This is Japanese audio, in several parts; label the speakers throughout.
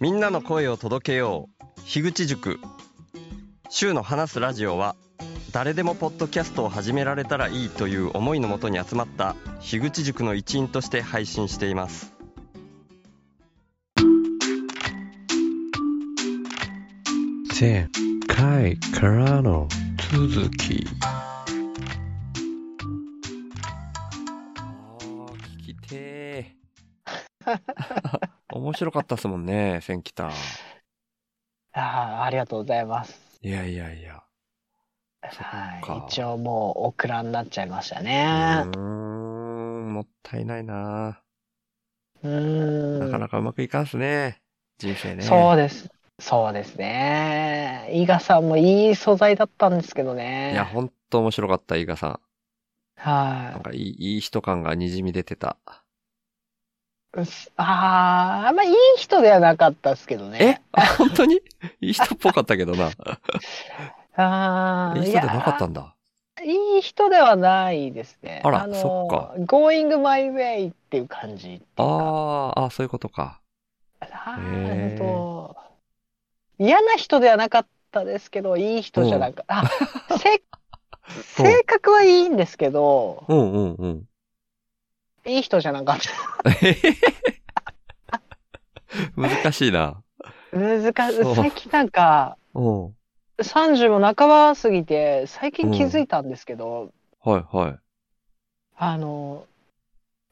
Speaker 1: みんなの声を届けよう樋口塾週の話すラジオは誰でもポッドキャストを始められたらいいという思いのもとに集まった樋口塾の一員として配信しています
Speaker 2: 前回からの続き
Speaker 1: あ聞きて面白かったっすもんね千来た
Speaker 3: ああ、ありがとうございます。
Speaker 1: いやいやいや
Speaker 3: は
Speaker 1: か
Speaker 3: い。一応もうオクラになっちゃいました
Speaker 1: う
Speaker 3: ね。
Speaker 1: ーんもったいないな
Speaker 3: うーん。
Speaker 1: なかなかうまくいかんっすね人生ね
Speaker 3: そうです。そうですね。伊賀さんもいい素材だったんですけどね。
Speaker 1: いやほんと面白かった伊賀さんなん
Speaker 3: は
Speaker 1: かいいいい人感がにじみ出てた
Speaker 3: い。うすああ、あんまいい人ではなかったですけど
Speaker 1: え
Speaker 3: ね。
Speaker 1: あ本当にいい人っぽかったけ どな。
Speaker 3: ああ、
Speaker 1: いい人でなかったんだ。
Speaker 3: いやいい人ではないですね。
Speaker 1: あら
Speaker 3: のー
Speaker 1: そっか。
Speaker 3: Going my way っていう感じ。
Speaker 1: あーあ、そういうことか。
Speaker 3: あ
Speaker 1: へー
Speaker 3: ーと嫌な人ではなかったですけど、いい人じゃなく、あ、 せ、性格はいいんですけど、
Speaker 1: うんうんうん。
Speaker 3: いい人じゃなかった。
Speaker 1: 難しいな。
Speaker 3: 難しい。
Speaker 1: そう
Speaker 3: 最近なんか、
Speaker 1: うん。はい
Speaker 3: 30も半ば過ぎて、最近気づいたんですけど、
Speaker 1: はい。
Speaker 3: あの、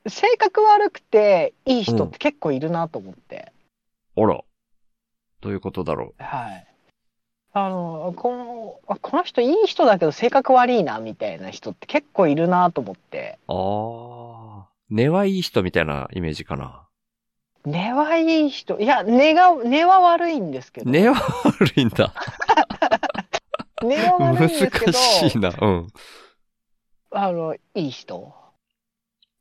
Speaker 3: 性格悪くて、いい人って結構いるなと思って。
Speaker 1: あら。どういうことだろ
Speaker 3: はい。あの、この、あこの人いい人だけど性格悪いな、みたいな人って結構いるなと思って。
Speaker 1: う。ああ。根はいい人みたいなイメージかな。
Speaker 3: 根はいい人。いや、根が、根は悪いんですけど。
Speaker 1: 根は悪いんだ。
Speaker 3: 根は悪
Speaker 1: 難
Speaker 3: いんですけど、
Speaker 1: しいな。うん。
Speaker 3: あの、いい人。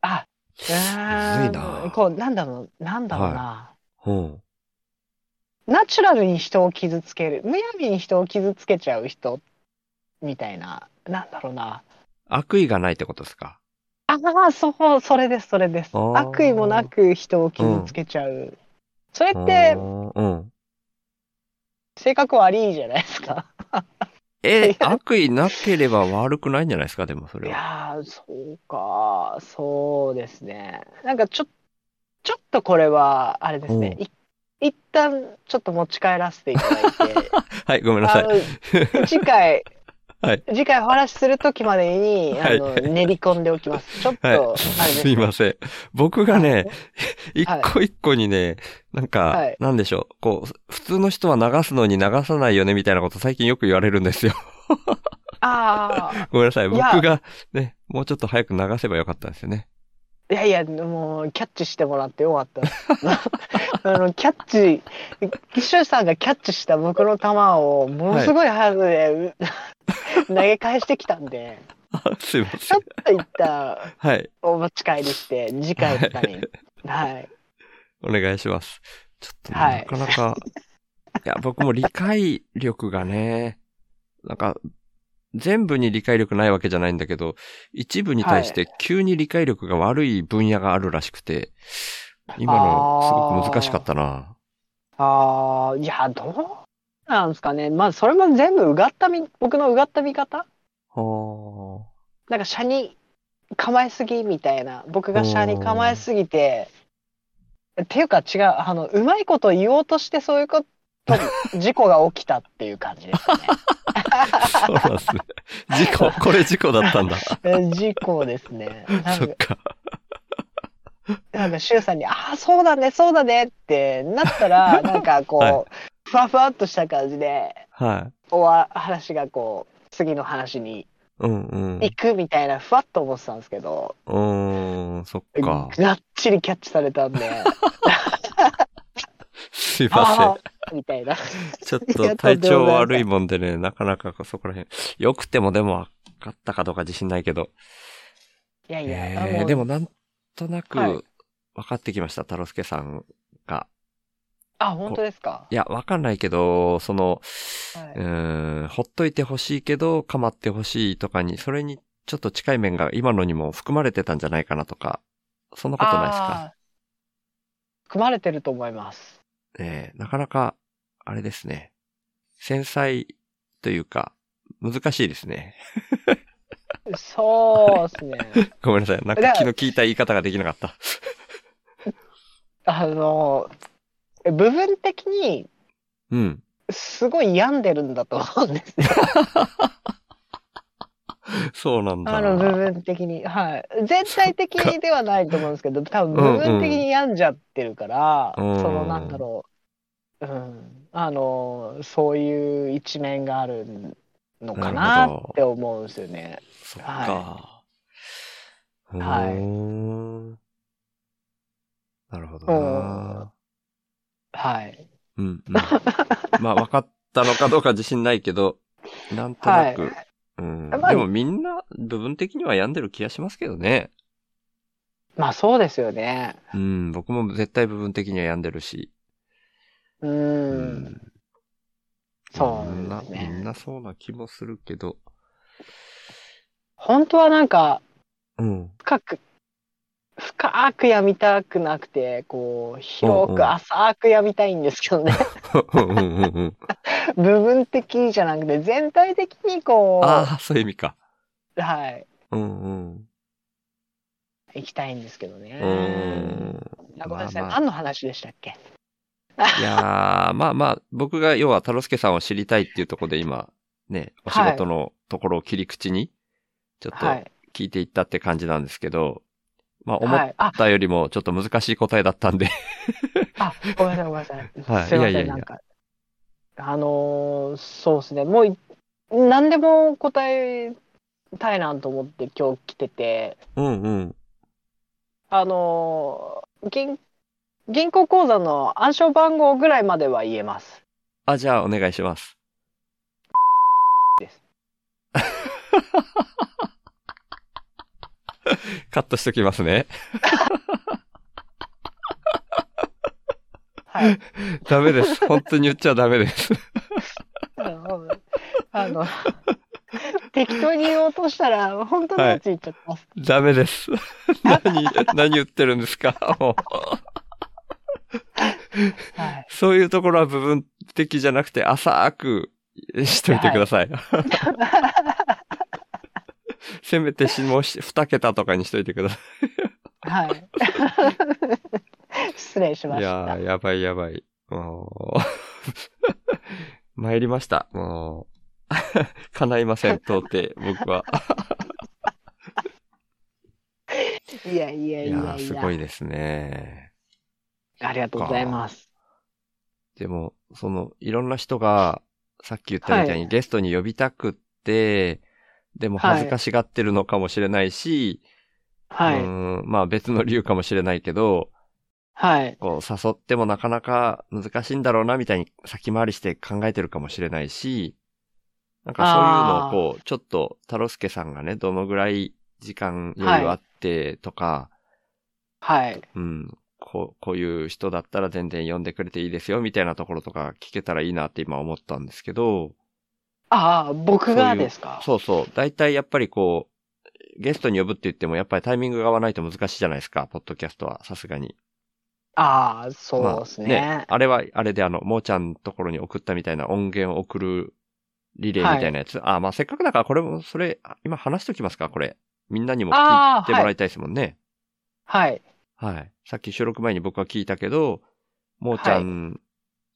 Speaker 3: あ、むず
Speaker 1: むずいな
Speaker 3: こう、なんだろう、なんだろうな。
Speaker 1: うん。
Speaker 3: ナチュラルに人を傷つける。むやみに人を傷つけちゃう人、みたいな。なんだろうな。
Speaker 1: 悪意がないってことですか。
Speaker 3: ああ、そう、それです、それです
Speaker 1: あ。ー
Speaker 3: 悪意もなく人を傷つけちゃう。それっ
Speaker 1: あ
Speaker 3: て、
Speaker 1: ーうん。
Speaker 3: 性格悪いじゃないですか。
Speaker 1: え、悪意なければ悪くないんじゃないですか、でもそ
Speaker 3: い
Speaker 1: れは。
Speaker 3: やー、そうか、そうですね。なんかちょ、ちょっとこれは、あれですね、
Speaker 1: うん
Speaker 3: い一旦ちょっと持ち帰らせていただいて、
Speaker 1: はい、 ごめんなさ
Speaker 3: あ
Speaker 1: い。
Speaker 3: の次回、
Speaker 1: はい
Speaker 3: 次回お話しするときまでに、あの、
Speaker 1: はい
Speaker 3: 練り込んでおきます。ちょっと、
Speaker 1: はい。
Speaker 3: あれです
Speaker 1: いません。僕がね、一
Speaker 3: はい
Speaker 1: 個一個にね、なんか、
Speaker 3: はい
Speaker 1: なんでしょう。こう、普通の人は流すのに流さないよねみたいなこと最近よく言われるんですよ。
Speaker 3: ああ、
Speaker 1: ごめんなさい。
Speaker 3: い
Speaker 1: 僕
Speaker 3: や
Speaker 1: がね、もうちょっと早く流せばよかったんですよね。
Speaker 3: いやいや、もう、キャッチしてもらってよかったです。 あの、キャッチ、岸吉さんがキャッチした僕の球を、ものすごい速さで、投げ返してきたんで、
Speaker 1: あすいま
Speaker 3: ち
Speaker 1: せん
Speaker 3: ょっ。と一旦
Speaker 1: はい。
Speaker 3: お持ち帰りして、次回のために。はい。
Speaker 1: お願いします。ちょっとね、
Speaker 3: はい
Speaker 1: なかな か、いや、僕も理解力がね、なんか、全部に理解力ないわけじゃないんだけど、一部に対して急に理解力が悪い分野があるらしくて、今のすごく難しかったな。
Speaker 3: ああ、いや、どうなんですかね。まあ、それも全部うがったみ、僕のうがった見方
Speaker 1: は
Speaker 3: なんか、車に構えすぎみたいな。僕が車に構えすぎて、っていうか違う、あの、うまいこと言おうとしてそうい うこと、事故が起きたっていう感じですかね。
Speaker 1: あ。そうなんですね。 事故、これ事故だったんだ。そ
Speaker 3: え事故ですね。 なんか
Speaker 1: っか。
Speaker 3: なんか、シュウさんに、ああ、そうだね、そうだねってなっ たら、なんかこう、
Speaker 1: は
Speaker 3: ふわふわっとした感じで、
Speaker 1: はい。
Speaker 3: おわ、話がこう、次の話に
Speaker 1: うんうん。
Speaker 3: 行くみたいな、ふわっと思ってたんですけど、
Speaker 1: うーん、そっか。
Speaker 3: がっちりキャッチされ たんで、
Speaker 1: すいません
Speaker 3: あ。あ、みたいな。
Speaker 1: ちょっと体調悪いもんでね、なかなかそこら辺。よくてもでも分かったかどうか自信ないけど。
Speaker 3: いやいや、あ
Speaker 1: え
Speaker 3: も
Speaker 1: ー、
Speaker 3: う
Speaker 1: でもなんとなく
Speaker 3: はい
Speaker 1: 分かってきました、太郎介さんが。
Speaker 3: あ、本当ですか。
Speaker 1: いや、分かんないけど、その、
Speaker 3: はいう
Speaker 1: ーん、ほっといてほしいけど、かまってほしいとかに、それにちょっと近い面が今のにも含まれてたんじゃないかなとか、そんなことないですか
Speaker 3: あー組まれてると思います。
Speaker 1: えーなかなか、あれですね。繊細というか、難しいですね。
Speaker 3: そうですね。
Speaker 1: ごめんなさい。なんか
Speaker 3: だ
Speaker 1: 昨日聞いた言い方ができなかった。
Speaker 3: あの、部分的に
Speaker 1: うん。
Speaker 3: すごい病んでるんだと思うんですね。
Speaker 1: そうなんだ
Speaker 3: あの部
Speaker 1: な。
Speaker 3: 分的に。はい。全体的ではないと思うんですけど、多分部分的に病んじゃってるから、
Speaker 1: うんうん
Speaker 3: そのなんだろう。うん。あの、そういう一面があるのか
Speaker 1: な
Speaker 3: な
Speaker 1: るほど
Speaker 3: って思うんですよね。
Speaker 1: そっか
Speaker 3: は。
Speaker 1: う
Speaker 3: は
Speaker 1: ー
Speaker 3: い
Speaker 1: ん。なるほどな。
Speaker 3: はい。
Speaker 1: うん、うん。 まあ、分かったのかどうか自信ないけど、なんとなく。
Speaker 3: は
Speaker 1: うん。
Speaker 3: まあ
Speaker 1: でもみんな、部分的には病んでる気がしますけどね。
Speaker 3: まあそうですよね。
Speaker 1: うん。僕も絶対部分的には病んでるし。
Speaker 3: う。。
Speaker 1: うん
Speaker 3: そう
Speaker 1: みん
Speaker 3: で
Speaker 1: な、
Speaker 3: す
Speaker 1: みん
Speaker 3: ね。
Speaker 1: なそうな気もするけど。
Speaker 3: 本当はなんか、
Speaker 1: うん。
Speaker 3: 深く、深くやみたくなくて、こう、広
Speaker 1: うんうん
Speaker 3: く浅くやみたいんですけ どね。
Speaker 1: うんうんうんうん。
Speaker 3: 部分的じゃなくて、全体的にこ
Speaker 1: ああ、そういう意味か。
Speaker 3: う、はい、
Speaker 1: うんうん。
Speaker 3: 行きたいんですけど
Speaker 1: う
Speaker 3: ね。
Speaker 1: ーん。
Speaker 3: あごめんなさい、
Speaker 1: まあまあ
Speaker 3: 何の話でしたっけ
Speaker 1: いやー、まあまあ、僕が要は、タロスケさんを知りたいっていうところで今、ね、お仕事のところを切り口に、ちょっと
Speaker 3: はい。
Speaker 1: 聞いていったって感じなんですけど、まあ思
Speaker 3: は
Speaker 1: っ
Speaker 3: い。あ、
Speaker 1: たよりもちょっと難しい答えだったん で、
Speaker 3: あ、ごめんなさい、ごめんなさい。
Speaker 1: はい
Speaker 3: すいません、
Speaker 1: いやいやいや
Speaker 3: なんか。あのーそうですね、もうい、何でも答えたいなと思って今日来てて、
Speaker 1: うんうん。
Speaker 3: あのー銀、銀行口座の暗証番号ぐらいまでは言えます。
Speaker 1: あ、じゃあお願いします。
Speaker 3: です。
Speaker 1: カットしときますね。
Speaker 3: はい。
Speaker 1: ダメです。本当に言っちゃダメです。
Speaker 3: あの、 あの適当に言おうとしたら、本当のやつ言っちゃってます。
Speaker 1: ダメ です。何、何言ってるんですかもう。
Speaker 3: はい。
Speaker 1: そういうところは部分的じゃなくて、浅くしといてください。 せめてし、もうし、二桁とかにしといてくださ
Speaker 3: はい。 失礼しま
Speaker 1: い。い
Speaker 3: し
Speaker 1: や
Speaker 3: た。
Speaker 1: ー、やばいやばい。もう、 参りました。もう、 叶いません、到底、僕は。
Speaker 3: いやいや
Speaker 1: い
Speaker 3: い
Speaker 1: や
Speaker 3: や
Speaker 1: ー、すごいですね。
Speaker 3: ありがとうございます。
Speaker 1: でも、その、いろんな人が、さっき言ったみたいにゲストに呼びたくって、でも恥ずかしがってるのかもしれないし、
Speaker 3: は
Speaker 1: う
Speaker 3: い。
Speaker 1: ん、まあ別の理由かもしれないけど、
Speaker 3: はい。
Speaker 1: こう誘ってもなかなか難しいんだろうなみたいに先回りして考えてるかもしれないし、なんかそういうのをこう、ちょっと、タロスケさんがね、どのぐらい時間余裕あってとか、
Speaker 3: はい。
Speaker 1: うん、こう、こういう人だったら全然呼んでくれていいですよみたいなところとか聞けたらいいなって今思ったんですけど、
Speaker 3: ああ、僕がですか。
Speaker 1: そうそう、大体やっぱりこう、ゲストに呼ぶって言ってもやっぱりタイミングが合わないと難しいじゃないですか、ポッドキャストは、さすがに。
Speaker 3: ああ、そうです
Speaker 1: まあ
Speaker 3: ね。
Speaker 1: あれは、あれであの、もーちゃんのところに送ったみたいな音源を送るリレーみたいなやつ。あ、まあせっかくだからこれも、それ、あ今話しときますか、これ。みんなにも聞いてもらいたいですもんね。
Speaker 3: はい。
Speaker 1: はい、さっき収録前に僕は聞いたけど、もーちゃん、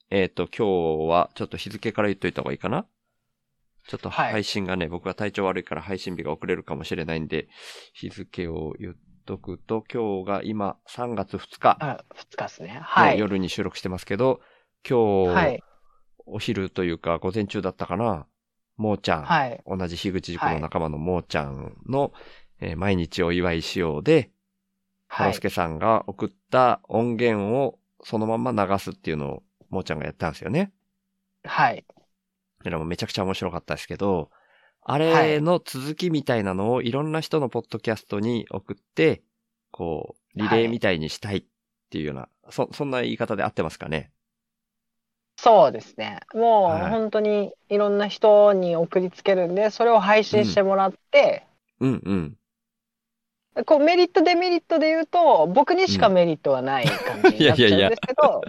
Speaker 1: えっ、と、今日はちょっと日付から言っといた方がいいかなちょっと
Speaker 3: はい
Speaker 1: 配信がね、僕は体調悪いから配信日が遅れるかもしれないんで、日付を言っとくと、今日が今3月2日。
Speaker 3: あ二日ですね。
Speaker 1: ね
Speaker 3: はい。
Speaker 1: 夜に収録してますけど、今日、
Speaker 3: はい。
Speaker 1: お昼というか午前中だったかな、もーちゃん、
Speaker 3: はい。
Speaker 1: 同じ樋口塾の仲間のもーちゃんの、えー毎日お祝いしようで、ハ
Speaker 3: は
Speaker 1: ロ
Speaker 3: い
Speaker 1: ス。ケさんが送った音源をそのまんま流すっていうのを、もーちゃんがやったんですよね。
Speaker 3: はい。
Speaker 1: でもめちゃくちゃ面白かったですけど、あれの続きみたいなのをいろんな人のポッドキャストに送って、こう、リレーみたいにしたいっていうような、そ、そんな言い方で合ってますかね。
Speaker 3: そうですね。も
Speaker 1: はいう
Speaker 3: 本当にいろんな人に送りつけるんで、それを配信してもらって、
Speaker 1: うんうん。
Speaker 3: こうメリットデメリットで言うと僕にしかメリットはない感じになっちゃうんですけど、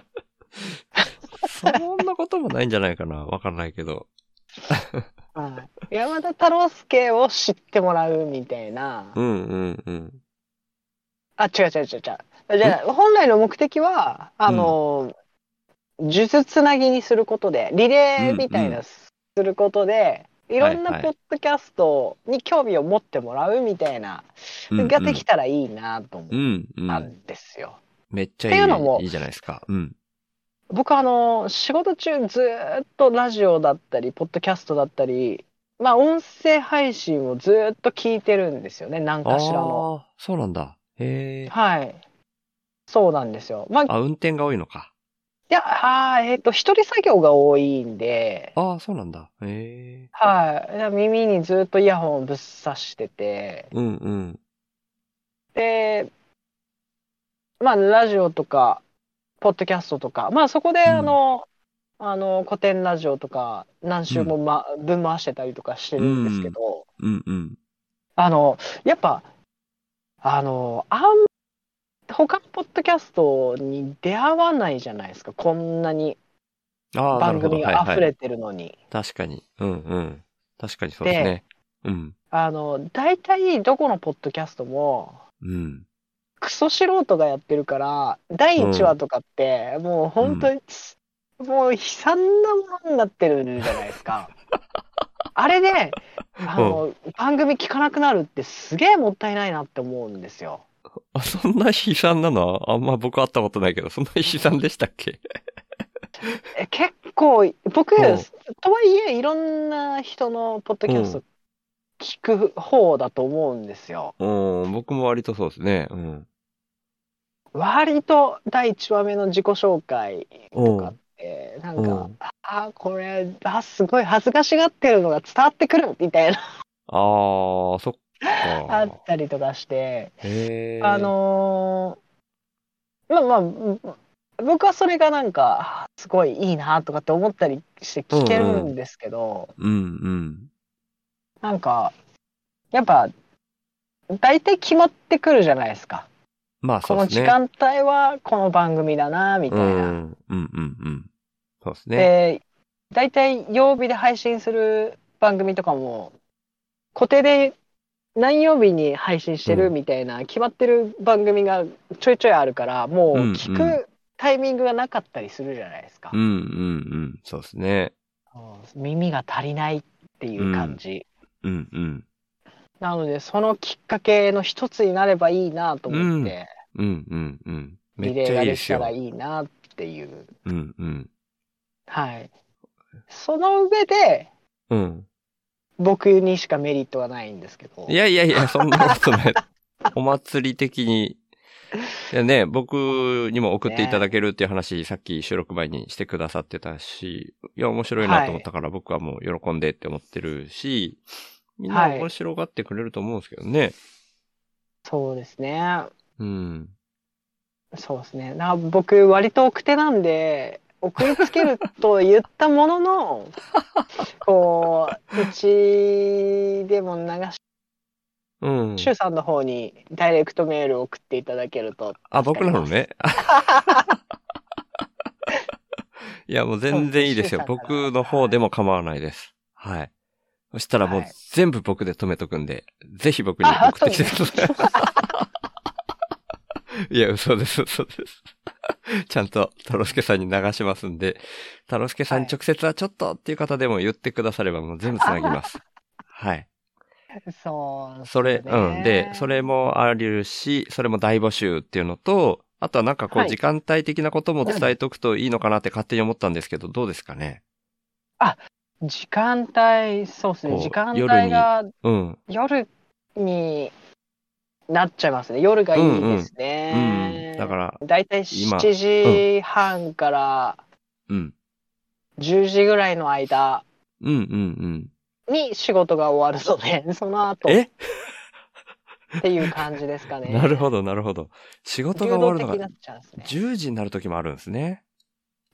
Speaker 1: そんなこともないんじゃないかな。わからないけど。
Speaker 3: はい山田太郎介を知ってもらうみたいな。
Speaker 1: うんうんうん。
Speaker 3: あ、違う違う違う違う。じゃあ、本来の目的は、あの、数珠つなぎにすることで、リレーみたい
Speaker 1: うんう
Speaker 3: なすることで、いろん
Speaker 1: は
Speaker 3: ないポッドキャストに興味を持ってもらうみたいな、
Speaker 1: うんうん
Speaker 3: ができたらいいなと思
Speaker 1: う
Speaker 3: っ
Speaker 1: んう
Speaker 3: た
Speaker 1: ん。
Speaker 3: んですよ。
Speaker 1: めっちゃ
Speaker 3: って
Speaker 1: い
Speaker 3: いうのも
Speaker 1: いいいじゃないですか。うん。
Speaker 3: 僕あの、仕事中ずーっとラジオだったり、ポッドキャストだったり、まあ音声配信をずーっと聞いてるんですよね、何
Speaker 1: ああ
Speaker 3: かしらの。
Speaker 1: ー、そうなんだ。へえ。
Speaker 3: はい。そうなんですよ。まあ、い
Speaker 1: あ、運転が多いのか。
Speaker 3: や、あーえっと、一人作業が多いんで、
Speaker 1: ああ、そうなんだ。へえ。
Speaker 3: はい。で耳にずっとイヤホンをぶっ刺してて、
Speaker 1: うんうん。
Speaker 3: で、まあ、ラジオとか、ポッドキャストとか、まあ、そこで、
Speaker 1: うん
Speaker 3: あの、あの、古典ラジオとか、何週も、ま、分回してたりとかしてるんですけど、
Speaker 1: うんうん。
Speaker 3: あの、やっぱ、あの、あん、他のポッドキャストに出会わないじゃないですか、こんなに
Speaker 1: ああ、なる
Speaker 3: 番
Speaker 1: ほど。
Speaker 3: 組
Speaker 1: はい
Speaker 3: が溢
Speaker 1: はい。
Speaker 3: れてるのに。
Speaker 1: 確かに。うんうん。確かにそうですね。うん。
Speaker 3: あの、大体、どこのポッドキャストも、
Speaker 1: うん。
Speaker 3: クソ素人がやってるから、第1話とかって、もう本当に、もう悲惨なものになってるじゃないで すか。あれで、あの、番組聞かなくなるってすげえもったいないなって思うんですよ。
Speaker 1: あ、そんな悲惨なのはあんま僕会ったことないけど、そんな悲惨でしたっけ
Speaker 3: え結構、僕、
Speaker 1: うん
Speaker 3: とはいえ、いろんな人のポッドキャス
Speaker 1: う
Speaker 3: ト聞く方だと思うんですよ。
Speaker 1: うん、僕も割とそうですね。うん。
Speaker 3: 割と第1話目の自己紹介とかって、なん
Speaker 1: う
Speaker 3: か
Speaker 1: ん、
Speaker 3: ああ、これ、あすごい恥ずかしがってるのが伝わってくるみたいな、
Speaker 1: あー、そっ
Speaker 3: あっ
Speaker 1: か。
Speaker 3: たりとかして、
Speaker 1: へー
Speaker 3: あ、のーまあまあ、僕はそれがなんか、あすごいいいなとかって思ったりして聞けるんですけど、
Speaker 1: うんうん。
Speaker 3: なんか、やっぱ、大体決まってくるじゃないですか。
Speaker 1: まあ
Speaker 3: こ
Speaker 1: そう
Speaker 3: の
Speaker 1: で
Speaker 3: 時
Speaker 1: すね。
Speaker 3: 間帯はこの番組だな、みたいな。
Speaker 1: うん、うんうんうん。そうですね。
Speaker 3: で、大体曜日で配信する番組とかも、固定で何曜日に配信して
Speaker 1: う
Speaker 3: る
Speaker 1: ん
Speaker 3: みたいな、決まってる番組がちょいちょいあるから、もう
Speaker 1: うんうん
Speaker 3: 聞くタイミングがなかったりするじゃないですか
Speaker 1: うん。うんうん。そうですね。
Speaker 3: うん耳が足りないっていう感じ。
Speaker 1: うんうん。
Speaker 3: なので、そのきっかけの一つになればいいなと思って、
Speaker 1: うんうんうん。め
Speaker 3: リ
Speaker 1: っ
Speaker 3: レ
Speaker 1: ち
Speaker 3: ー
Speaker 1: ゃい
Speaker 3: が
Speaker 1: いで
Speaker 3: でき
Speaker 1: す
Speaker 3: た
Speaker 1: よ
Speaker 3: ら。いいなっていう。
Speaker 1: うんうん。
Speaker 3: はい。その上で、
Speaker 1: うん。
Speaker 3: 僕にしかメリットはないんですけど。
Speaker 1: いやいやいや、そんなこと ない。お祭り的に。いやね、僕にも送っていただけるっていう話、さっき収録前にしてくださってたし、いや、面白いなと思ったから、僕はもう喜んでって思ってるし、みんな
Speaker 3: はい
Speaker 1: 面白がってくれると思うんですけどね。
Speaker 3: そうですね。
Speaker 1: うん。
Speaker 3: そうですね。な僕、割と奥手なんで、送りつけると言ったも のの、こう、うちでも流し、
Speaker 1: うん。
Speaker 3: シュウさんの方にダイレクトメールを送っていただけると。
Speaker 1: あ、僕なのね。 いや、もう全然いいですよ。
Speaker 3: そうですね
Speaker 1: 僕の方でも構わないです。はい。そしたらもう
Speaker 3: はい
Speaker 1: 全部僕で止めとくんで、ぜひ僕に送ってきてください。いや、嘘です、嘘です。 ちゃんと、太郎介さんに流しますんで、太郎介さんに直接はちょっとっていう方でも言ってくださればもう全部繋ぎ ます。はい。
Speaker 3: そう、
Speaker 1: それ、うん。で、そ、れもあるし、それも大募集っていうのと、あとはなんかこ
Speaker 3: は
Speaker 1: う、
Speaker 3: い
Speaker 1: 時間帯的なことも伝えとくといいのかなって勝手に思ったんですけど、どうですかね
Speaker 3: 時間帯、そうです
Speaker 1: こ
Speaker 3: ね。
Speaker 1: う
Speaker 3: 時間帯が
Speaker 1: うん。
Speaker 3: 夜になっちゃいますね。夜がいいですね。
Speaker 1: うん。だから、
Speaker 3: だいたい
Speaker 1: 今
Speaker 3: 7時半から
Speaker 1: うん。
Speaker 3: 10時ぐらいの間。
Speaker 1: うんうん
Speaker 3: に仕事が終わるの で、その後
Speaker 1: うん。え
Speaker 3: っていう感じですかね。
Speaker 1: なるほ
Speaker 3: ど。
Speaker 1: ど、なるほど。仕事が終
Speaker 3: 流
Speaker 1: わ
Speaker 3: 動
Speaker 1: る
Speaker 3: 的
Speaker 1: の
Speaker 3: に
Speaker 1: が
Speaker 3: なっちゃうんですね。
Speaker 1: 10時になる時もあるんですね。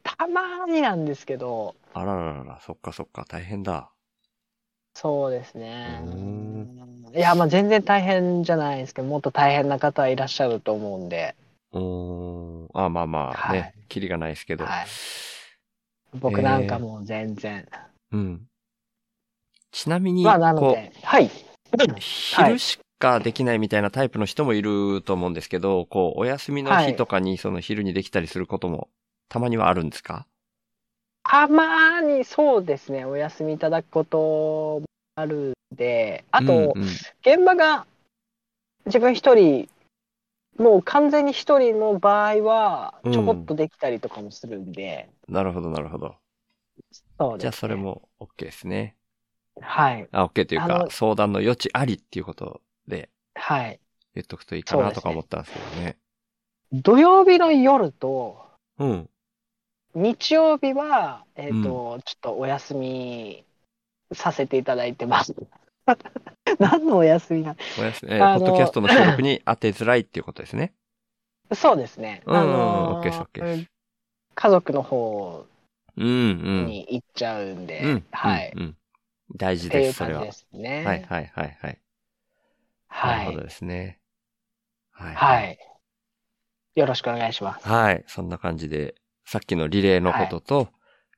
Speaker 3: たまになんですけど、
Speaker 1: あらららら、そっかそっか、大変だ。
Speaker 3: そうですね
Speaker 1: うー。
Speaker 3: いや、まあ全然大変じゃないですけど、もっと大変な方はいらっしゃると思うんで、
Speaker 1: うーん。あ、まあまあ、
Speaker 3: はい
Speaker 1: ね。キリがないですけど。
Speaker 3: はい僕なんかもう全然。
Speaker 1: うん。ちなみに、
Speaker 3: まあ、なの
Speaker 1: こう、
Speaker 3: で、はい。
Speaker 1: 昼しかできないみたいなタイプの人もいると思うんですけど、こう、お休みの日とかにその昼にできたりすることも、たまにはあるんですか
Speaker 3: たまにそうですね、お休みいただくこともあるんで、あと、
Speaker 1: うんうん
Speaker 3: 現場が自分一人、もう完全に一人の場合は、
Speaker 1: うん
Speaker 3: ちょこっとできたりとかもするんで、
Speaker 1: なるほど、なるほど。
Speaker 3: そうです、ね。
Speaker 1: じゃあ、それ。も OK ですね。
Speaker 3: はい、
Speaker 1: あ、OK という
Speaker 3: あ
Speaker 1: か、
Speaker 3: の
Speaker 1: 相談の余地ありっていうことで
Speaker 3: はい。
Speaker 1: 言っとくといいかなとか思ったんですけどね。
Speaker 3: 土曜日の夜と、
Speaker 1: うん。
Speaker 3: 日曜日は、えっ、と、ちょっとお休みさせていただいてます。 何のお休みな
Speaker 1: おやすみ、えー
Speaker 3: あの
Speaker 1: ポッドキャストの収録に当てづらいっていうことです ね。
Speaker 3: そうですね。
Speaker 1: うんうんうん
Speaker 3: の
Speaker 1: オ
Speaker 3: ー
Speaker 1: ッケーですオッケーで
Speaker 3: 家族の方
Speaker 1: うんうん。
Speaker 3: に行っちゃうんで、
Speaker 1: うん。
Speaker 3: はい。
Speaker 1: うんうん大事
Speaker 3: って
Speaker 1: で
Speaker 3: い
Speaker 1: す、そ
Speaker 3: う感
Speaker 1: れ
Speaker 3: じ
Speaker 1: は
Speaker 3: で。すね。
Speaker 1: はいはいはいはい。
Speaker 3: は
Speaker 1: なるほ
Speaker 3: い
Speaker 1: ど。ですね。はい。
Speaker 3: はい。よろしくお願いします。
Speaker 1: はい。そんな感じで、さっきのリレーのことと、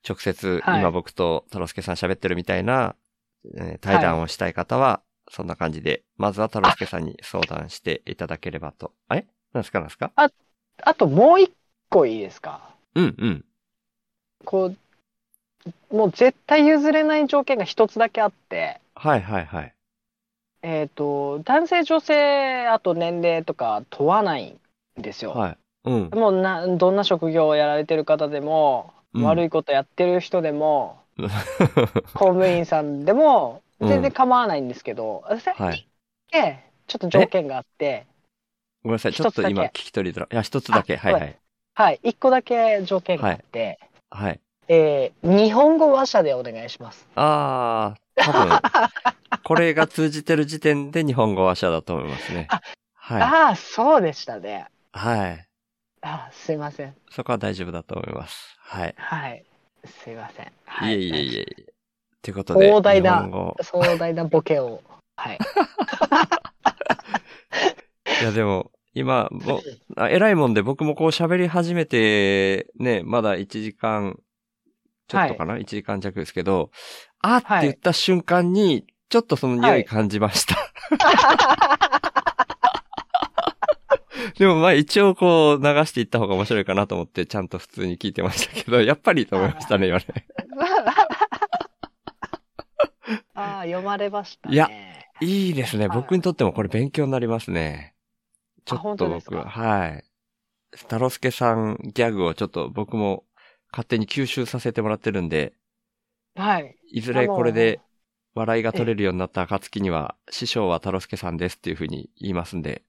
Speaker 1: 直接、
Speaker 3: はい
Speaker 1: 今僕と太郎介さん喋ってるみたいな、えー対談をしたい方は、そんな感じで、まずは太郎介さんに相談していただければと。あれなんすかなんすか
Speaker 3: あともう一個いいですか
Speaker 1: うんうん。
Speaker 3: こう、もう絶対譲れない条件が一つだけあって、
Speaker 1: はいはいはい。
Speaker 3: えっ、と、男性、女性、あと年齢とか問わないんですよ。
Speaker 1: はい。うん。
Speaker 3: もうな、どんな職業をやられてる方でも、
Speaker 1: うん
Speaker 3: 悪いことやってる人でも、公務員さんでも、
Speaker 1: うん
Speaker 3: 全然構わないんですけど、私だ
Speaker 1: はい。
Speaker 3: け、ちょっと条件があって、
Speaker 1: ごめんなさい。ちょっと
Speaker 3: 一つだけ
Speaker 1: 今聞き取りづらい。いや、一つだけ。
Speaker 3: あ
Speaker 1: はいはい。
Speaker 3: はい、一個だけ条件があって、
Speaker 1: はい。
Speaker 3: えー日本語話者でお願いします。
Speaker 1: あー、多分、これが通じてる時点で日本語話者だと思いますね
Speaker 3: あ。
Speaker 1: はい。
Speaker 3: ああ、そうでしたね。
Speaker 1: はい。
Speaker 3: あすいません。
Speaker 1: そこは大丈夫だと思います。はい。
Speaker 3: はい。すいません。はい
Speaker 1: え
Speaker 3: い
Speaker 1: いえいえいえ。ということで、
Speaker 3: 大台だ
Speaker 1: 日本語。
Speaker 3: 壮大なボケを。はい。
Speaker 1: いやでも、今、ぼあ偉いもんで僕もこう喋り始めて、ね、まだ1時間、ちょっとかな、?1 時間弱ですけど、あって言った瞬間に、ちょっとその匂い感じました。 でもまあ一応こう流していった方が面白いかなと思って、ちゃんと普通に聞いてましたけど、やっぱりと思いましたね、今ね。
Speaker 3: ああ、読まれましたね。
Speaker 1: いやいいですね。
Speaker 3: はい
Speaker 1: 僕にとってもこれ勉強になりますね。ちょ
Speaker 3: あ
Speaker 1: っ
Speaker 3: 本
Speaker 1: と
Speaker 3: 当です
Speaker 1: 僕、
Speaker 3: か
Speaker 1: はい。太郎介さんギャグをちょっと僕も勝手に吸収させてもらってるんで、
Speaker 3: はい。
Speaker 1: いずれこれで笑いが取れるようになった暁には、師匠は太郎介さんですっていうふうに言いますんで、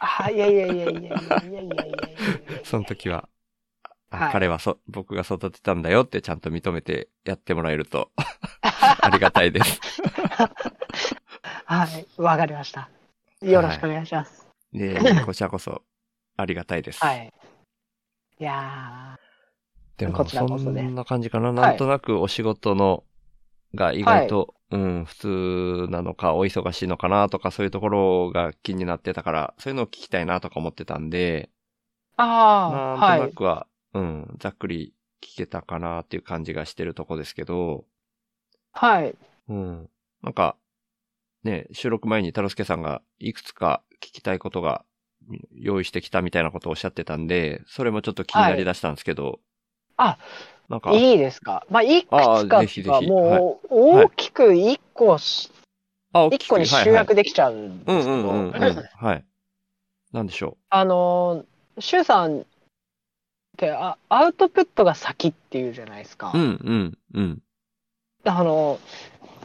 Speaker 3: あ、いやいやいやいやいやいやいやいやいやいや。
Speaker 1: その時は、あ
Speaker 3: はい
Speaker 1: 彼はそ、僕が育てたんだよってちゃんと認めてやってもらえる と、ありがたいです。
Speaker 3: はい、わかりました。よろしくお願いします。
Speaker 1: ねえこちらこそ、ありがたいです。
Speaker 3: はい。い、や
Speaker 1: でも、
Speaker 3: こちらこそね
Speaker 1: んな感じかな。
Speaker 3: はい
Speaker 1: なんとなくお仕事の、が意外と、うん、普通なのか、お忙しいのかなとか、そういうところが気になってたから、そういうのを聞きたいなとか思ってたんで、
Speaker 3: ー。
Speaker 1: なん
Speaker 3: ああー、
Speaker 1: と
Speaker 3: は。
Speaker 1: ないくは、うん、ざっくり聞けたかなっていう感じがしてるとこですけど、
Speaker 3: はい。
Speaker 1: うん。なんか、ね、収録前に太郎介さんがいくつか聞きたいことが用意してきたみたいなことをおっしゃってたんで、それもちょっと気になりだしたんですけど、
Speaker 3: あ、
Speaker 1: なんか、
Speaker 3: いいですか。まあ、いく
Speaker 1: あ
Speaker 3: つ
Speaker 1: ー
Speaker 3: か
Speaker 1: ぜひぜ
Speaker 3: が
Speaker 1: ひ
Speaker 3: もう
Speaker 1: はい
Speaker 3: 大きく一個し、
Speaker 1: あ、お聞き
Speaker 3: 一個に集約できちゃうん
Speaker 1: うん
Speaker 3: で
Speaker 1: う
Speaker 3: すけ
Speaker 1: んうんうん
Speaker 3: ど、。
Speaker 1: はい。なんでしょ
Speaker 3: あのー、シュウさんってあアウトプットが先っていうじゃないですか。
Speaker 1: う。うんうんうん。
Speaker 3: あの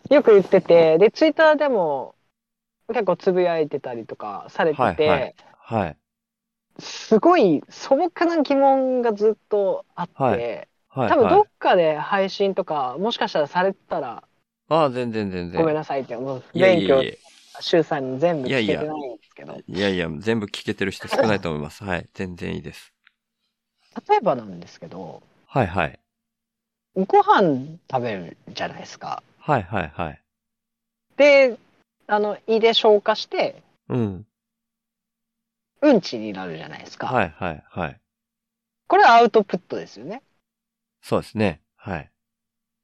Speaker 3: ー、よく言ってて、で、ツイッターでも結構つぶやいてたりとかされて
Speaker 1: はい
Speaker 3: て、
Speaker 1: はいはい。
Speaker 3: すごい素朴な疑問がずっとあって、
Speaker 1: はいはい。
Speaker 3: 多分
Speaker 1: はい
Speaker 3: どっかで配信とか、もしかしたらされてたら、
Speaker 1: ああ、全然全然。
Speaker 3: ごめんなさいって、もう
Speaker 1: いやい
Speaker 3: 勉
Speaker 1: や
Speaker 3: 強
Speaker 1: い、や。
Speaker 3: シュウさんに全部
Speaker 1: い
Speaker 3: 聞
Speaker 1: や
Speaker 3: け
Speaker 1: い
Speaker 3: て
Speaker 1: や
Speaker 3: ないんですけど、
Speaker 1: いやいや、全部聞けてる人少ないと思い ます。はい。全然いいです。
Speaker 3: 例えばなんですけど、
Speaker 1: はいはい。
Speaker 3: ご飯食べるじゃないですか。
Speaker 1: はいはいはい。
Speaker 3: で、あの、胃で消化して、
Speaker 1: うん。
Speaker 3: うんちになるじゃないですか。
Speaker 1: はいはいはい。
Speaker 3: これはアウトプットですよね。
Speaker 1: そうですね。はい。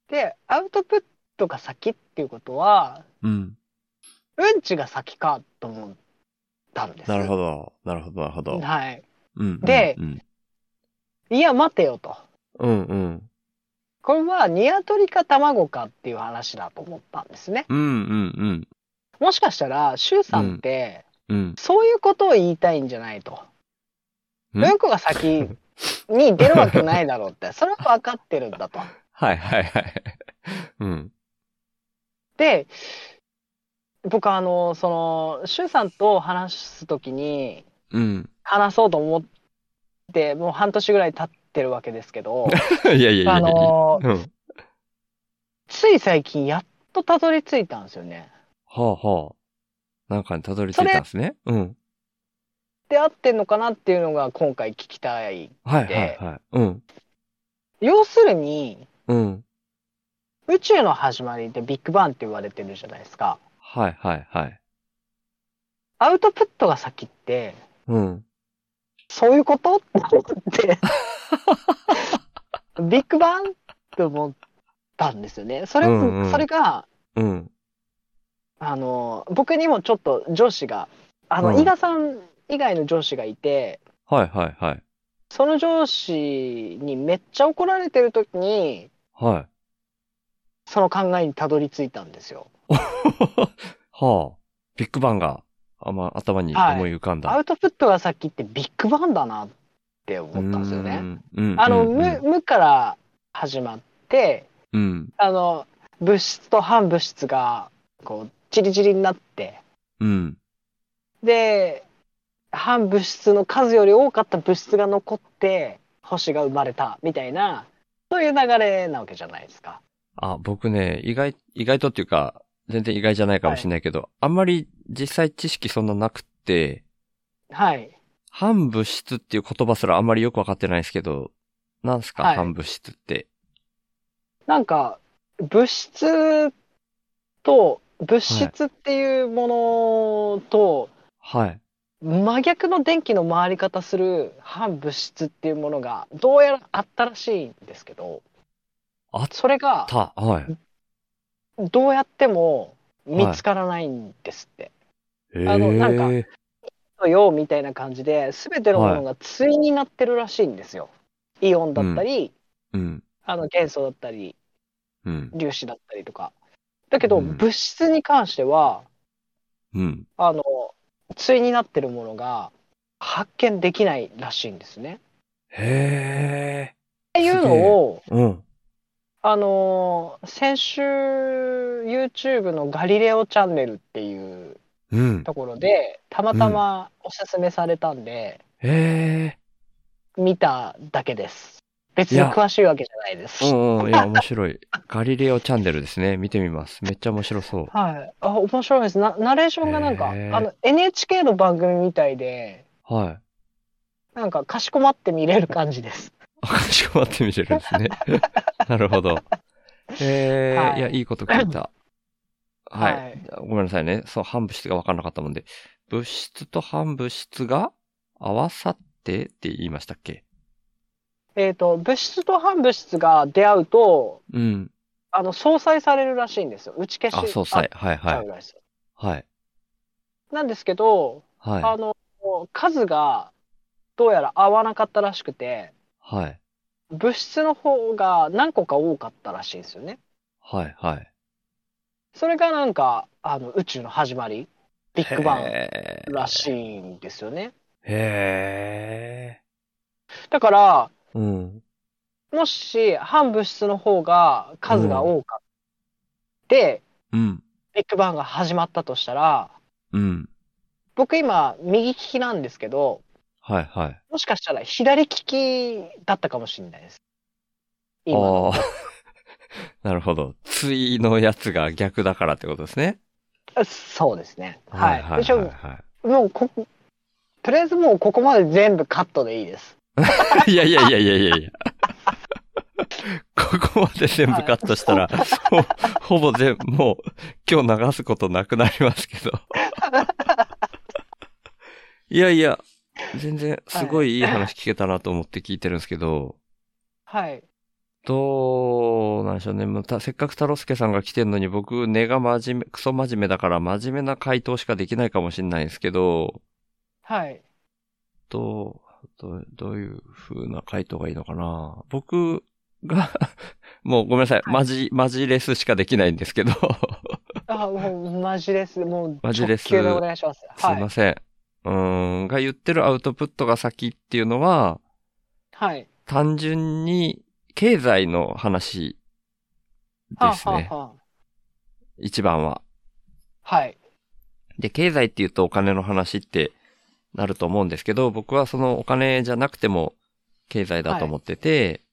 Speaker 3: で、アウトプットが先っていうことは、
Speaker 1: うん。
Speaker 3: うんちが先かと思ったんです。
Speaker 1: なるほど。なるほど、なるほど。
Speaker 3: はい。
Speaker 1: うん。
Speaker 3: で
Speaker 1: うん。
Speaker 3: いや、待てよと。
Speaker 1: うん、うん。
Speaker 3: これはニワトリか卵かっていう話だと思ったんですね。
Speaker 1: うん、うん、うん。
Speaker 3: もしかしたら、シュウさんって、
Speaker 1: うん。
Speaker 3: そういうことを言いたいんじゃないと。
Speaker 1: ん
Speaker 3: うんこが先に出るわけないだろ うって。それは分かってるんだと。
Speaker 1: はい、はい、はい。 うん。
Speaker 3: で、僕あの、その、シュウさんと話すときに、
Speaker 1: うん。
Speaker 3: 話そうと思って、もう半年ぐらい経ってるわけですけど、
Speaker 1: いやい やいやいや。
Speaker 3: あのー
Speaker 1: うん。は
Speaker 3: つい最近やっとたどり着いたんですよね。
Speaker 1: あ、はあ。なんかにたどり着いたんですね。うん。
Speaker 3: で、合ってんのかなっていうのが今回聞きたい。
Speaker 1: はい、は
Speaker 3: で
Speaker 1: い、はい。うん。
Speaker 3: 要するに、
Speaker 1: うん。
Speaker 3: 宇宙の始まりってビッグバンって言われてるじゃないですか。
Speaker 1: はい、はい、はい。
Speaker 3: アウトプットが先って、
Speaker 1: うん。
Speaker 3: そういうことって 思って、ビッグバンって思ったんですよね。それ、
Speaker 1: うんうん
Speaker 3: それが、
Speaker 1: うん。
Speaker 3: あの、僕にもちょっと上司が、あの、
Speaker 1: うん
Speaker 3: 伊賀さん以外の上司がいて、
Speaker 1: はい、はい、はい。
Speaker 3: その上司にめっちゃ怒られてる時に、
Speaker 1: はい。
Speaker 3: その考えにたどり着いたんですよ。
Speaker 1: はあ。ビッグバンが、あまあ、頭に思い浮かんだ。
Speaker 3: アウトプットが先ってビッグバンだなって思ったんですよね。
Speaker 1: うん。うん。
Speaker 3: あの、
Speaker 1: うん
Speaker 3: 無、無から始まって、
Speaker 1: うん。
Speaker 3: あの、物質と反物質が、こう、チリチリになって、
Speaker 1: うん。
Speaker 3: で、反物質の数より多かった物質が残って、星が生まれた、みたいな、そういう流れなわけじゃないですか。
Speaker 1: あ、僕ね、意外、意外とっていうか、全然意外じゃないかもしれないけど、あんまり実際知識そんななくて、
Speaker 3: はい。
Speaker 1: 反物質っていう言葉すらあんまりよくわかってないですけど、なんすか、
Speaker 3: はい
Speaker 1: 反物質って。
Speaker 3: なんか、物質と、物質っていうものと、
Speaker 1: はい。
Speaker 3: 真逆の電気の回り方する反物質っていうものがどうやらあったらしいんですけど
Speaker 1: あっ
Speaker 3: それが
Speaker 1: た、はい。
Speaker 3: どうやっても見つからないんですって。
Speaker 1: え
Speaker 3: あのなんか
Speaker 1: ー、
Speaker 3: よみたいな感じで全てのものが対になってるらしいんですよ。イオンだったり、
Speaker 1: うん、
Speaker 3: あの元素だったり
Speaker 1: うん、
Speaker 3: 粒子だったりとか。だけど、
Speaker 1: うん
Speaker 3: 物質に関しては
Speaker 1: うん。
Speaker 3: あの対になってるものが発見できないらしいんですね。
Speaker 1: へえ、
Speaker 3: っていうのを
Speaker 1: うん。
Speaker 3: あのー先週 YouTube の「ガリレオチャンネル」っていう
Speaker 1: うん。
Speaker 3: ところでたまたまおすすめされたんで、
Speaker 1: へ
Speaker 3: 見ただけです別
Speaker 1: い
Speaker 3: に
Speaker 1: や
Speaker 3: 詳しいわけじゃないです
Speaker 1: え、うん、うん、いや、面白い。 ガリレオチャンネルですね。見てみます。めっちゃ面白そう。
Speaker 3: はいあ面白いですなナレーションがなんか、
Speaker 1: へー
Speaker 3: あの NHK の番組みたいで
Speaker 1: はい。
Speaker 3: なんかかしこまって見れる感じです
Speaker 1: あ、かしこまって見てるんですね。 なるほど。えー
Speaker 3: はい
Speaker 1: い、や、いいこと聞い た。はい、
Speaker 3: はい
Speaker 1: ごめんなさいね。そう、反物質が分からなかったもんで。物質と反物質が合わさってって言いましたっけ
Speaker 3: えっ、と物質と反物質が出会うと
Speaker 1: うん。
Speaker 3: あの相殺されるらしいんですよ打ち消し
Speaker 1: あ、そうさい。はい
Speaker 3: あ
Speaker 1: は
Speaker 3: ちゃう
Speaker 1: い。
Speaker 3: らしい
Speaker 1: はい。
Speaker 3: なんですけどあ
Speaker 1: はい。
Speaker 3: の数がどうやら合わなかったらしくて
Speaker 1: はい。
Speaker 3: 物質の方が何個か多かったらしいんですよね。
Speaker 1: はい。はい。
Speaker 3: それがなんかあの宇宙の始まりビッグバン
Speaker 1: へー
Speaker 3: らしいんですよね。
Speaker 1: へ
Speaker 3: だから
Speaker 1: ーうん。
Speaker 3: もし反物質の方が数が多かった、で
Speaker 1: うん。
Speaker 3: ビッグバンが始まったとしたら
Speaker 1: うん。
Speaker 3: 僕今右利きなんですけど
Speaker 1: はいはい。
Speaker 3: もしかしたら左利きだったかもしれないです。
Speaker 1: あ
Speaker 3: 今の
Speaker 1: あー。 なるほど。ついのやつが逆だからってことですね。
Speaker 3: そうですね。はい。
Speaker 1: はい、
Speaker 3: 一
Speaker 1: は
Speaker 3: 応
Speaker 1: いはい。
Speaker 3: もうこ、とりあえずもうここまで全部カットでいいです。
Speaker 1: い やいやいやいやいやいや。ここまで全部カットしたら、ほほぼ全部、もう、今日流すことなくなりますけ ど。いやいや、全然、すごいいい話聞けたなと思って聞いてるんですけど、
Speaker 3: はい。
Speaker 1: どなんでしょうね。もうたせっかく太郎介さんが来てんのに僕、根が真面目、クソ真面目だから真面目な回答しかできないかもしれないですけど、
Speaker 3: はい。
Speaker 1: どう、どうどういう風な回答がいいのかな僕が、 もうごめんなさい。マジ、マジレスしかできないんです けど、す
Speaker 3: あ、もう、マジです。もう、
Speaker 1: マジ
Speaker 3: 直
Speaker 1: です
Speaker 3: 球でお願いします。はいい
Speaker 1: ま。せん。うーん、が言ってるアウトプットが先っていうのは、
Speaker 3: はい。
Speaker 1: 単純に経済の話
Speaker 3: はあ
Speaker 1: ですね。
Speaker 3: はあは
Speaker 1: 一番は。
Speaker 3: あはい。
Speaker 1: で、経済って言うとお金の話ってなると思うんですけど、僕はそのお金じゃなくても経済だと思ってて、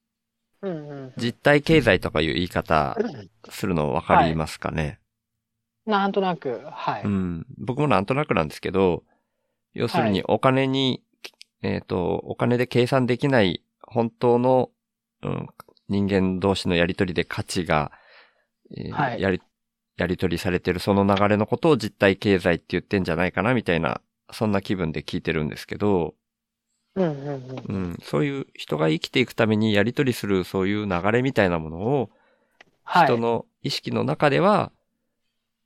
Speaker 3: うんうん。
Speaker 1: 実体経済とかいう言い方するの分かりますかね、
Speaker 3: なんとなく、はい。
Speaker 1: うん。僕もなんとなくなんですけど、要する
Speaker 3: は
Speaker 1: に
Speaker 3: い
Speaker 1: お金に、えっ、と、お金で計算できない本当の、うん、人間同士のやりとりで価値が、えー
Speaker 3: はい
Speaker 1: やり、やりとりされてるその流れのことを実体経済って言ってんじゃないかなみたいな、そんな気分で聞いてるんですけど、
Speaker 3: うんうんうん。
Speaker 1: うん、そういう人が生きていくためにやりとりするそういう流れみたいなものを、
Speaker 3: はい。
Speaker 1: 人の意識の中では、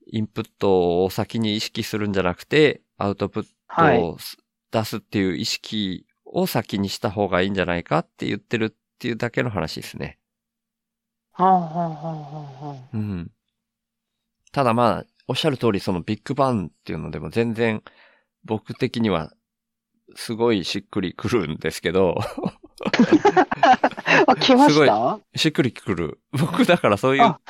Speaker 1: インプットを先に意識するんじゃなくて、アウトプッ
Speaker 3: は
Speaker 1: ト
Speaker 3: い。
Speaker 1: をす出すっていう意識を先にした方がいいんじゃないかって言ってるっていうだけの話ですね。
Speaker 3: はあはあはあは
Speaker 1: うん。ただまあ、おっしゃる通りそのビッグバンっていうのでも全然僕的にはすごいしっくりくるんですけど、
Speaker 3: あはあ。あ、来ます
Speaker 1: ごい
Speaker 3: した
Speaker 1: しっくりくる。 僕だからそういう
Speaker 3: あ、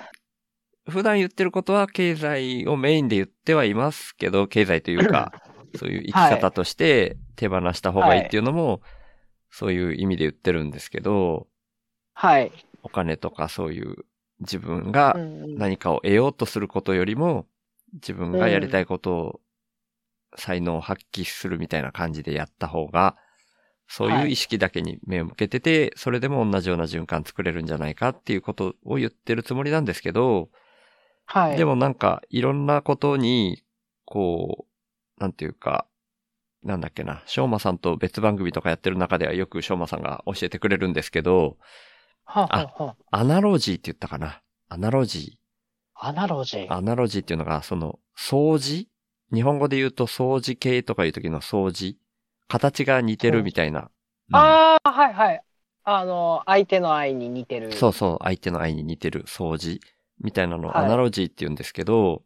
Speaker 1: 普段言ってることは経済をメインで言ってはいますけど、経済というか、そういう生き方として手放した方がいいっていうのも、そういう意味で言ってるんですけど、
Speaker 3: はい。
Speaker 1: お金とかそういう自分が
Speaker 3: うんうん
Speaker 1: 何かを得ようとすることよりも、自分がやりたいことを、才能を発揮するみたいな感じでやった方が、そういう意識だけに目を向けてて、それでも同じような循環作れるんじゃないかっていうことを言ってるつもりなんですけど、
Speaker 3: はい。
Speaker 1: でもなんか、いろんなことに、こう、なんていうか、なんだっけな、翔馬さんと別番組とかやってる中ではよく翔馬さんが教えてくれるんですけど、
Speaker 3: はあはあは
Speaker 1: アナロジーって言ったかな。アナロジー。
Speaker 3: あ。アナロジー。
Speaker 1: アナロジーっていうのが、その、掃除日本語で言うと掃除系とかいう時の掃除形が似てるみたいな。うん
Speaker 3: ああ、はいはい。あの、相手の愛に似てる。
Speaker 1: そうそう、相手の愛に似てる掃除みたいなのを
Speaker 3: はい
Speaker 1: アナロジーって言うんですけど、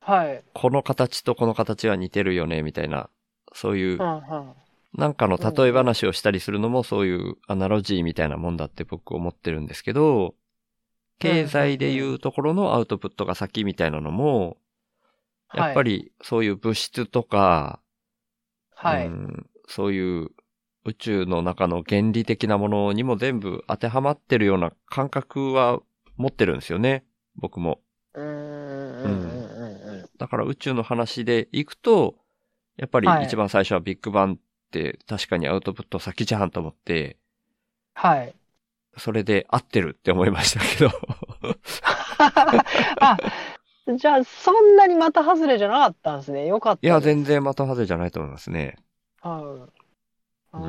Speaker 3: はい。
Speaker 1: この形とこの形は似てるよね、みたいな。そういう
Speaker 3: う、んうん。
Speaker 1: なんかの
Speaker 3: うん
Speaker 1: 例え話をしたりするのもそういうアナロジーみたいなもんだって僕思ってるんですけど、経済でいうところのアウトプットが先みたいなのも、
Speaker 3: はい
Speaker 1: やっぱりそういう物質とか、。
Speaker 3: はいう
Speaker 1: んそういう宇宙の中の原理的なものにも全部当てはまってるような感覚は持ってるんですよね、僕も。
Speaker 3: うーんうんうんうんうん。
Speaker 1: だから宇宙の話でいくと、やっぱり
Speaker 3: はい
Speaker 1: 一番最初はビッグバンって確かにアウトプット先じゃんと思って、
Speaker 3: はい。
Speaker 1: それで合ってるって思いましたけど。
Speaker 3: あ、 じゃあ、そんなにまた外れじゃなかったんですね。よかった
Speaker 1: い
Speaker 3: です。
Speaker 1: や、全然また外れじゃないと思いますね。
Speaker 3: はい。
Speaker 1: うん
Speaker 3: あ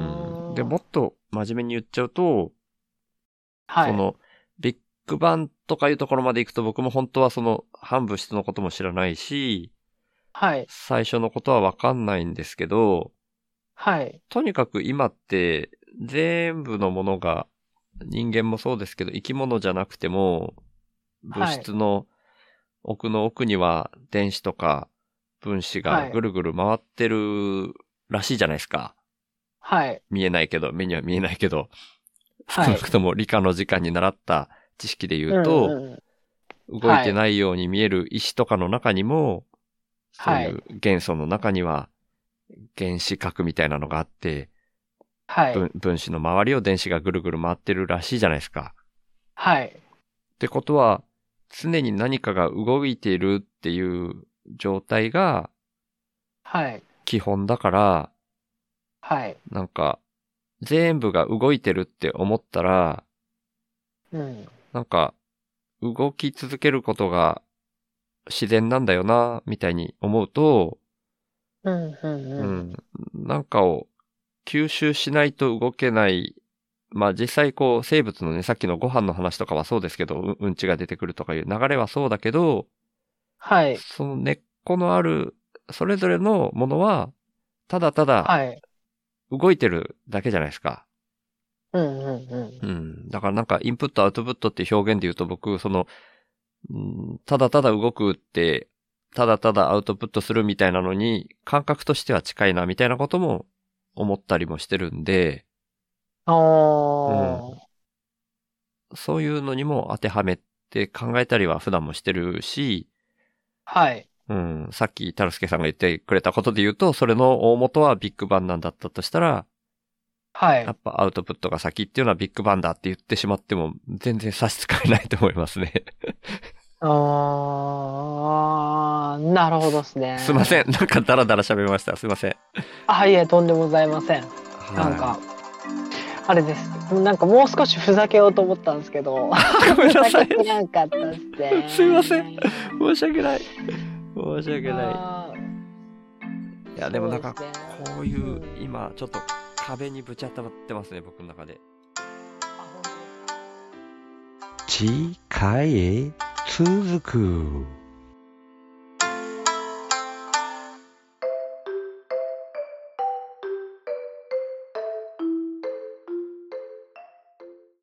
Speaker 3: ー
Speaker 1: で、もっと真面目に言っちゃうと、
Speaker 3: はい
Speaker 1: その、ビッグバンとかいうところまで行くと僕も本当はその、半物質のことも知らないし、
Speaker 3: はい。
Speaker 1: 最初のことはわかんないんですけど、
Speaker 3: はい。
Speaker 1: とにかく今って、全部のものが、人間もそうですけど、生き物じゃなくても、
Speaker 3: はい
Speaker 1: 物質の奥の奥には電子とか分子
Speaker 3: は
Speaker 1: が
Speaker 3: い
Speaker 1: ぐるぐる回ってるらしいじゃないですか。
Speaker 3: はい。
Speaker 1: 見えないけど、目には見えないけど、少
Speaker 3: はい
Speaker 1: なくとも理科の時間に習った知識で言うと、
Speaker 3: うんうん
Speaker 1: 動いてないように見える石とかの中にも、
Speaker 3: はい
Speaker 1: そういう元素の中には原子核みたいなのがあって、
Speaker 3: はい。
Speaker 1: 分分子の周りを電子がぐるぐる回ってるらしいじゃないですか。
Speaker 3: はい。
Speaker 1: ってことは、常に何かが動いているっていう状態が
Speaker 3: はい。
Speaker 1: 基本だから、
Speaker 3: はい。
Speaker 1: なんか、全部が動いてるって思ったら、
Speaker 3: うん。
Speaker 1: なんか、動き続けることが自然なんだよな、みたいに思うと、
Speaker 3: うんうんう。
Speaker 1: うんん。なんかを吸収しないと動けないまあ実際こう生物のね、さっきのご飯の話とかはそうですけど、ううんちが出てくるとかいう流れはそうだけど、
Speaker 3: はい。
Speaker 1: その根っこのある、それぞれのものは、ただただ
Speaker 3: はい。
Speaker 1: 動いてるだけじゃないですか。
Speaker 3: うんうんうん。
Speaker 1: うん。だからなんかインプットアウトプットっていう表現で言うと僕、その、うんただただ動くって、ただただアウトプットするみたいなのに、感覚としては近いなみたいなことも思ったりもしてるんで、
Speaker 3: あ
Speaker 1: そういうのにも当てはめて考えたりは普段もしてるし、
Speaker 3: あ。はい。
Speaker 1: うん、さっき、タルスケさんが言ってくれたことで言うと、それの大元はビッグバンなんだったとしたら、
Speaker 3: はい
Speaker 1: や。っぱアウトプットが先っていうのはビッグバンだって言ってしまっても、全然差し支えないと思いますね。
Speaker 3: あー、なるほどですね。
Speaker 1: すいません。なんかダラダラ喋りました。すいません。
Speaker 3: あ、いえ、とんでもございません。なん
Speaker 1: は
Speaker 3: か、あれです。なんかもう少しふざけようと思ったんですけど、
Speaker 1: い。 ごめんな
Speaker 3: ふ
Speaker 1: さ
Speaker 3: ざ
Speaker 1: い。
Speaker 3: け。てなかったですね
Speaker 1: すいませ
Speaker 3: ん。
Speaker 1: 申し訳ない。申し訳な
Speaker 3: あー
Speaker 1: い。いや、でもなんか、
Speaker 3: そうですね
Speaker 1: こういう
Speaker 3: う、ん
Speaker 1: 今、ちょっと壁にぶち当たってますね、僕の中で。
Speaker 2: 次回へ続く。